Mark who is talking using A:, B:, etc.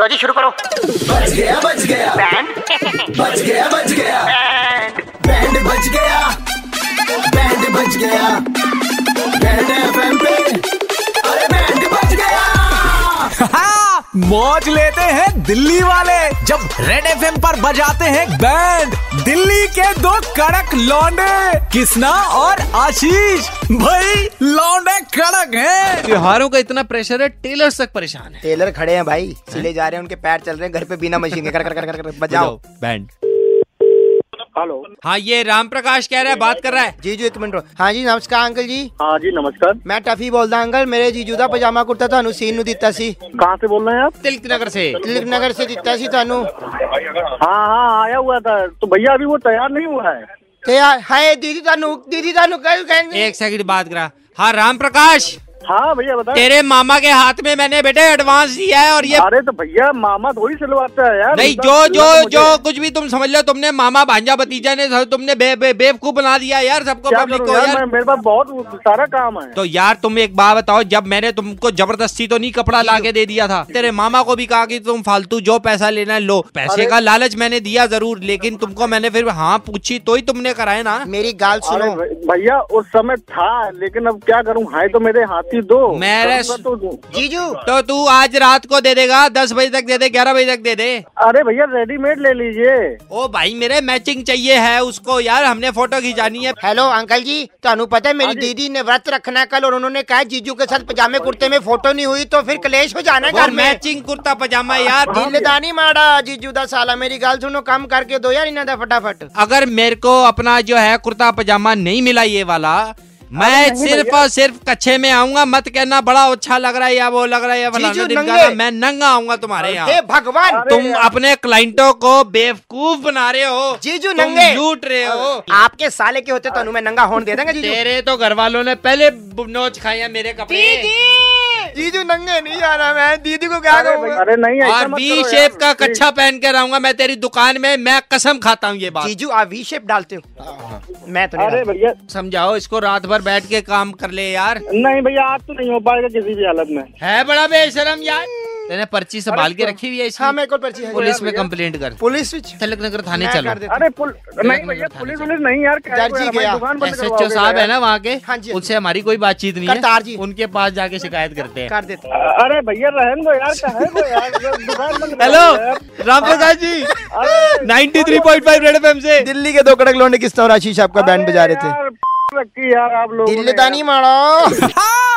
A: लो जी शुरू करो
B: बच गया बच गया
A: बैंड
B: बच गया बच गया बैंड बच गया बैंड बच गया बैंड एफएम पे अरे बैंड बच गया
C: हाँ, मौज लेते हैं दिल्ली वाले जब रेड एफ पर बजाते हैं बैंड दिल्ली के दो कड़क लौंडे किसना और आशीष भाई लौंडे कड़क हैं
D: त्योहारों का इतना प्रेशर है टेलर्स तक परेशान है
E: टेलर खड़े हैं भाई सिले जा रहे हैं उनके पैर चल रहे हैं घर पे बिना मशीन के कर कर कर कर कर बजाओ
C: बैंड
F: हेलो
D: हाँ ये राम प्रकाश कह रहा है बात कर रहा है
E: जीजू एक मिनट रुको। हाँ जी नमस्कार अंकल जी
F: हाँ जी नमस्कार
E: मैं टफी बोलदा अंकल मेरे जीजू ਦਾ ਪਜਾਮਾ ਕੁੜਤਾ ਤੁਹਾਨੂੰ ਸੀਨ ਨੂੰ ਦਿੱਤਾ ਸੀ
F: कहाँ से बोल रहे हैं आप
D: तिलक नगर से
E: ਤਿਲਕ ਨਗਰ ਸੇ ਦਿੱਤਾ ਸੀ ਤੁਹਾਨੂੰ
F: हाँ हाँ आया हुआ था तो भैया अभी वो तैयार नहीं हुआ है
E: ਤੇ ਆ ਹਾਏ ਦੀਦੀ ਤੁਹਾਨੂੰ ਦੀਦੀ ਤੁਹਾਨੂੰ ਕਹਿ ਕਹਿੰਦੇ
D: एक सेकंड बात कर रहा हाँ राम प्रकाश
F: हाँ भैया बताए
D: तेरे मामा के हाथ में मैंने बेटे एडवांस दिया है और ये
F: अरे तो भैया मामा थोड़ी सिलवाता है यार
D: नहीं
F: उनका
D: जो जो
F: सिलवा तो
D: जो
F: मुझे-
D: कुछ भी तुम समझ लो तुमने मामा भांजा भतीजा ने सब तुमने बे, बे, बेवकूफ बना दिया यार सबको
F: क्या
D: पब्लिक
F: करूं
D: को
F: यार
D: यार
F: मैं- मेरे पास बहुत सारा काम है
D: तो यार तुम एक बात बताओ जब मैंने तुमको जबरदस्ती तो नहीं कपड़ा ला के दे दिया था तेरे मामा को भी कहा कि तुम फालतू जो पैसा लेना है लो पैसे
F: अरे-
D: का लालच मैंने दिया जरूर लेकिन तुमको मैंने फिर हाँ पूछी तो ही तुमने कराए ना
E: ਮੇਰੀ ਗੱਲ
F: अरे
E: ਸੁਣੋ
F: भ- भैया उस समय था लेकिन अब क्या करूं हाय तो मेरे हाथ ही दो
D: मेरे-
F: करूंगा तो
E: जीजू
D: तो तू आज रात को दे देगा दस बजे तक दे दे ग्यारह बजे तक दे दे
F: अरे भैया रेडीमेड ले लीजिए
D: ओ भाई मेरे मैचिंग चाहिए है उसको यार हमने फोटो खिंचानी है
E: हेलो अंकल जी ਤੁਹਾਨੂੰ ਪਤਾ ਹੈ मेरी
F: हाँ जी।
E: दीदी ने व्रत रखना है कल और उन्होंने कहा जीजू के साथ पजामे कुर्ते में फोटो नहीं हुई तो फिर कलेश हो जाना
D: और
E: घर में
D: मैचिंग कुर्ता पजामा यार
E: दिलदानी माड़ा जीजू ਦਾ ਸਾਲਾ ਮੇਰੀ ਗੱਲ ਸੁਣੋ ਕੰਮ ਕਰਕੇ ਦੋ ਯਾਰ ਇਹਨਾਂ ਦਾ ਫਟਾਫਟ
D: अगर मेरे को अपना जो है कुर्ता पजामा नहीं मिला ये वाला मैं सिर्फ और सिर्फ कच्छे में आऊंगा मत कहना बड़ा अच्छा लग रहा है या वो लग रहा है या फलाना
E: जीजू,
D: ढिमकाना,
E: नंगे।
D: मैं नंगा आऊंगा तुम्हारे
E: हे
D: यहाँ
E: भगवान
D: तुम अपने क्लाइंटों को बेवकूफ बना रहे हो
E: जीजू
D: तुम
E: नंगे।
D: लूट रहे हो
E: तो आपके साले के होते ਤੁਹਾਨੂੰ ਮੈਂ ਨੰਗਾ ਹੋਣ ਦੇ ਦਾਂਗਾ ਜੀਜੂ
D: तेरे तो घर वालों ने पहले ब- नोच खाया मेरे कपड़े
E: जीजू नंगे नहीं जाना मैं दीदी को क्या
F: अरे भैया- अरे नहीं ऐसा
D: और
F: मत
D: बी
F: करो
D: शेप
F: यार,
D: का
F: please।
D: कच्छा पहन कर आऊंगा मैं तेरी दुकान में मैं कसम खाता हूँ ये बात
E: जीजू आप वी शेप डालते हो मैं तो
F: अरे
E: नहीं
F: भैया
D: समझाओ इसको रात भर बैठ के काम कर ले यार
F: नहीं भैया आज तो नहीं हो पाएगा किसी भी हालत में
D: है बड़ा बेशरम यार तेने पर्ची संभाल के रखी हुई है
E: हाँ
D: इसकी
E: मेरे को पर्ची है
D: पुलिस में कंप्लेंट कर
E: पुलिस विच
D: तिलक नगर थाने
E: मैं
D: चलो
E: कर देता
F: अरे पुल नहीं भैया
D: थाने
F: पुलिस
D: से।
F: पुलिस नहीं यार क्या
E: दर्जी
F: हुआ, हमारी
E: गया।
F: दुकान बंद
D: एस एच
F: करवाओगे
D: ओ साहब है
F: यार।
D: ना वहाँ के
E: हाँ जी, हाँ
D: उनसे हमारी कोई बातचीत नहीं
E: करतार
D: है
E: जी।
D: उनके पास जाके शिकायत करते हैं
E: कर देता
F: अरे भैया रहन दो यार कहे को यार दुकान बंद
D: हेलो
F: करवाओगे यार।
D: राम प्रसाद जी
F: अरे
D: 93.5 रेड एफएम से
E: दिल्ली के दो कड़क लौंडे किस तरह आशीष आपका बैंड बजा रहे थे
F: थे रखी यार आप लोग
E: दिल्लेदानी मारो
C: हाँ,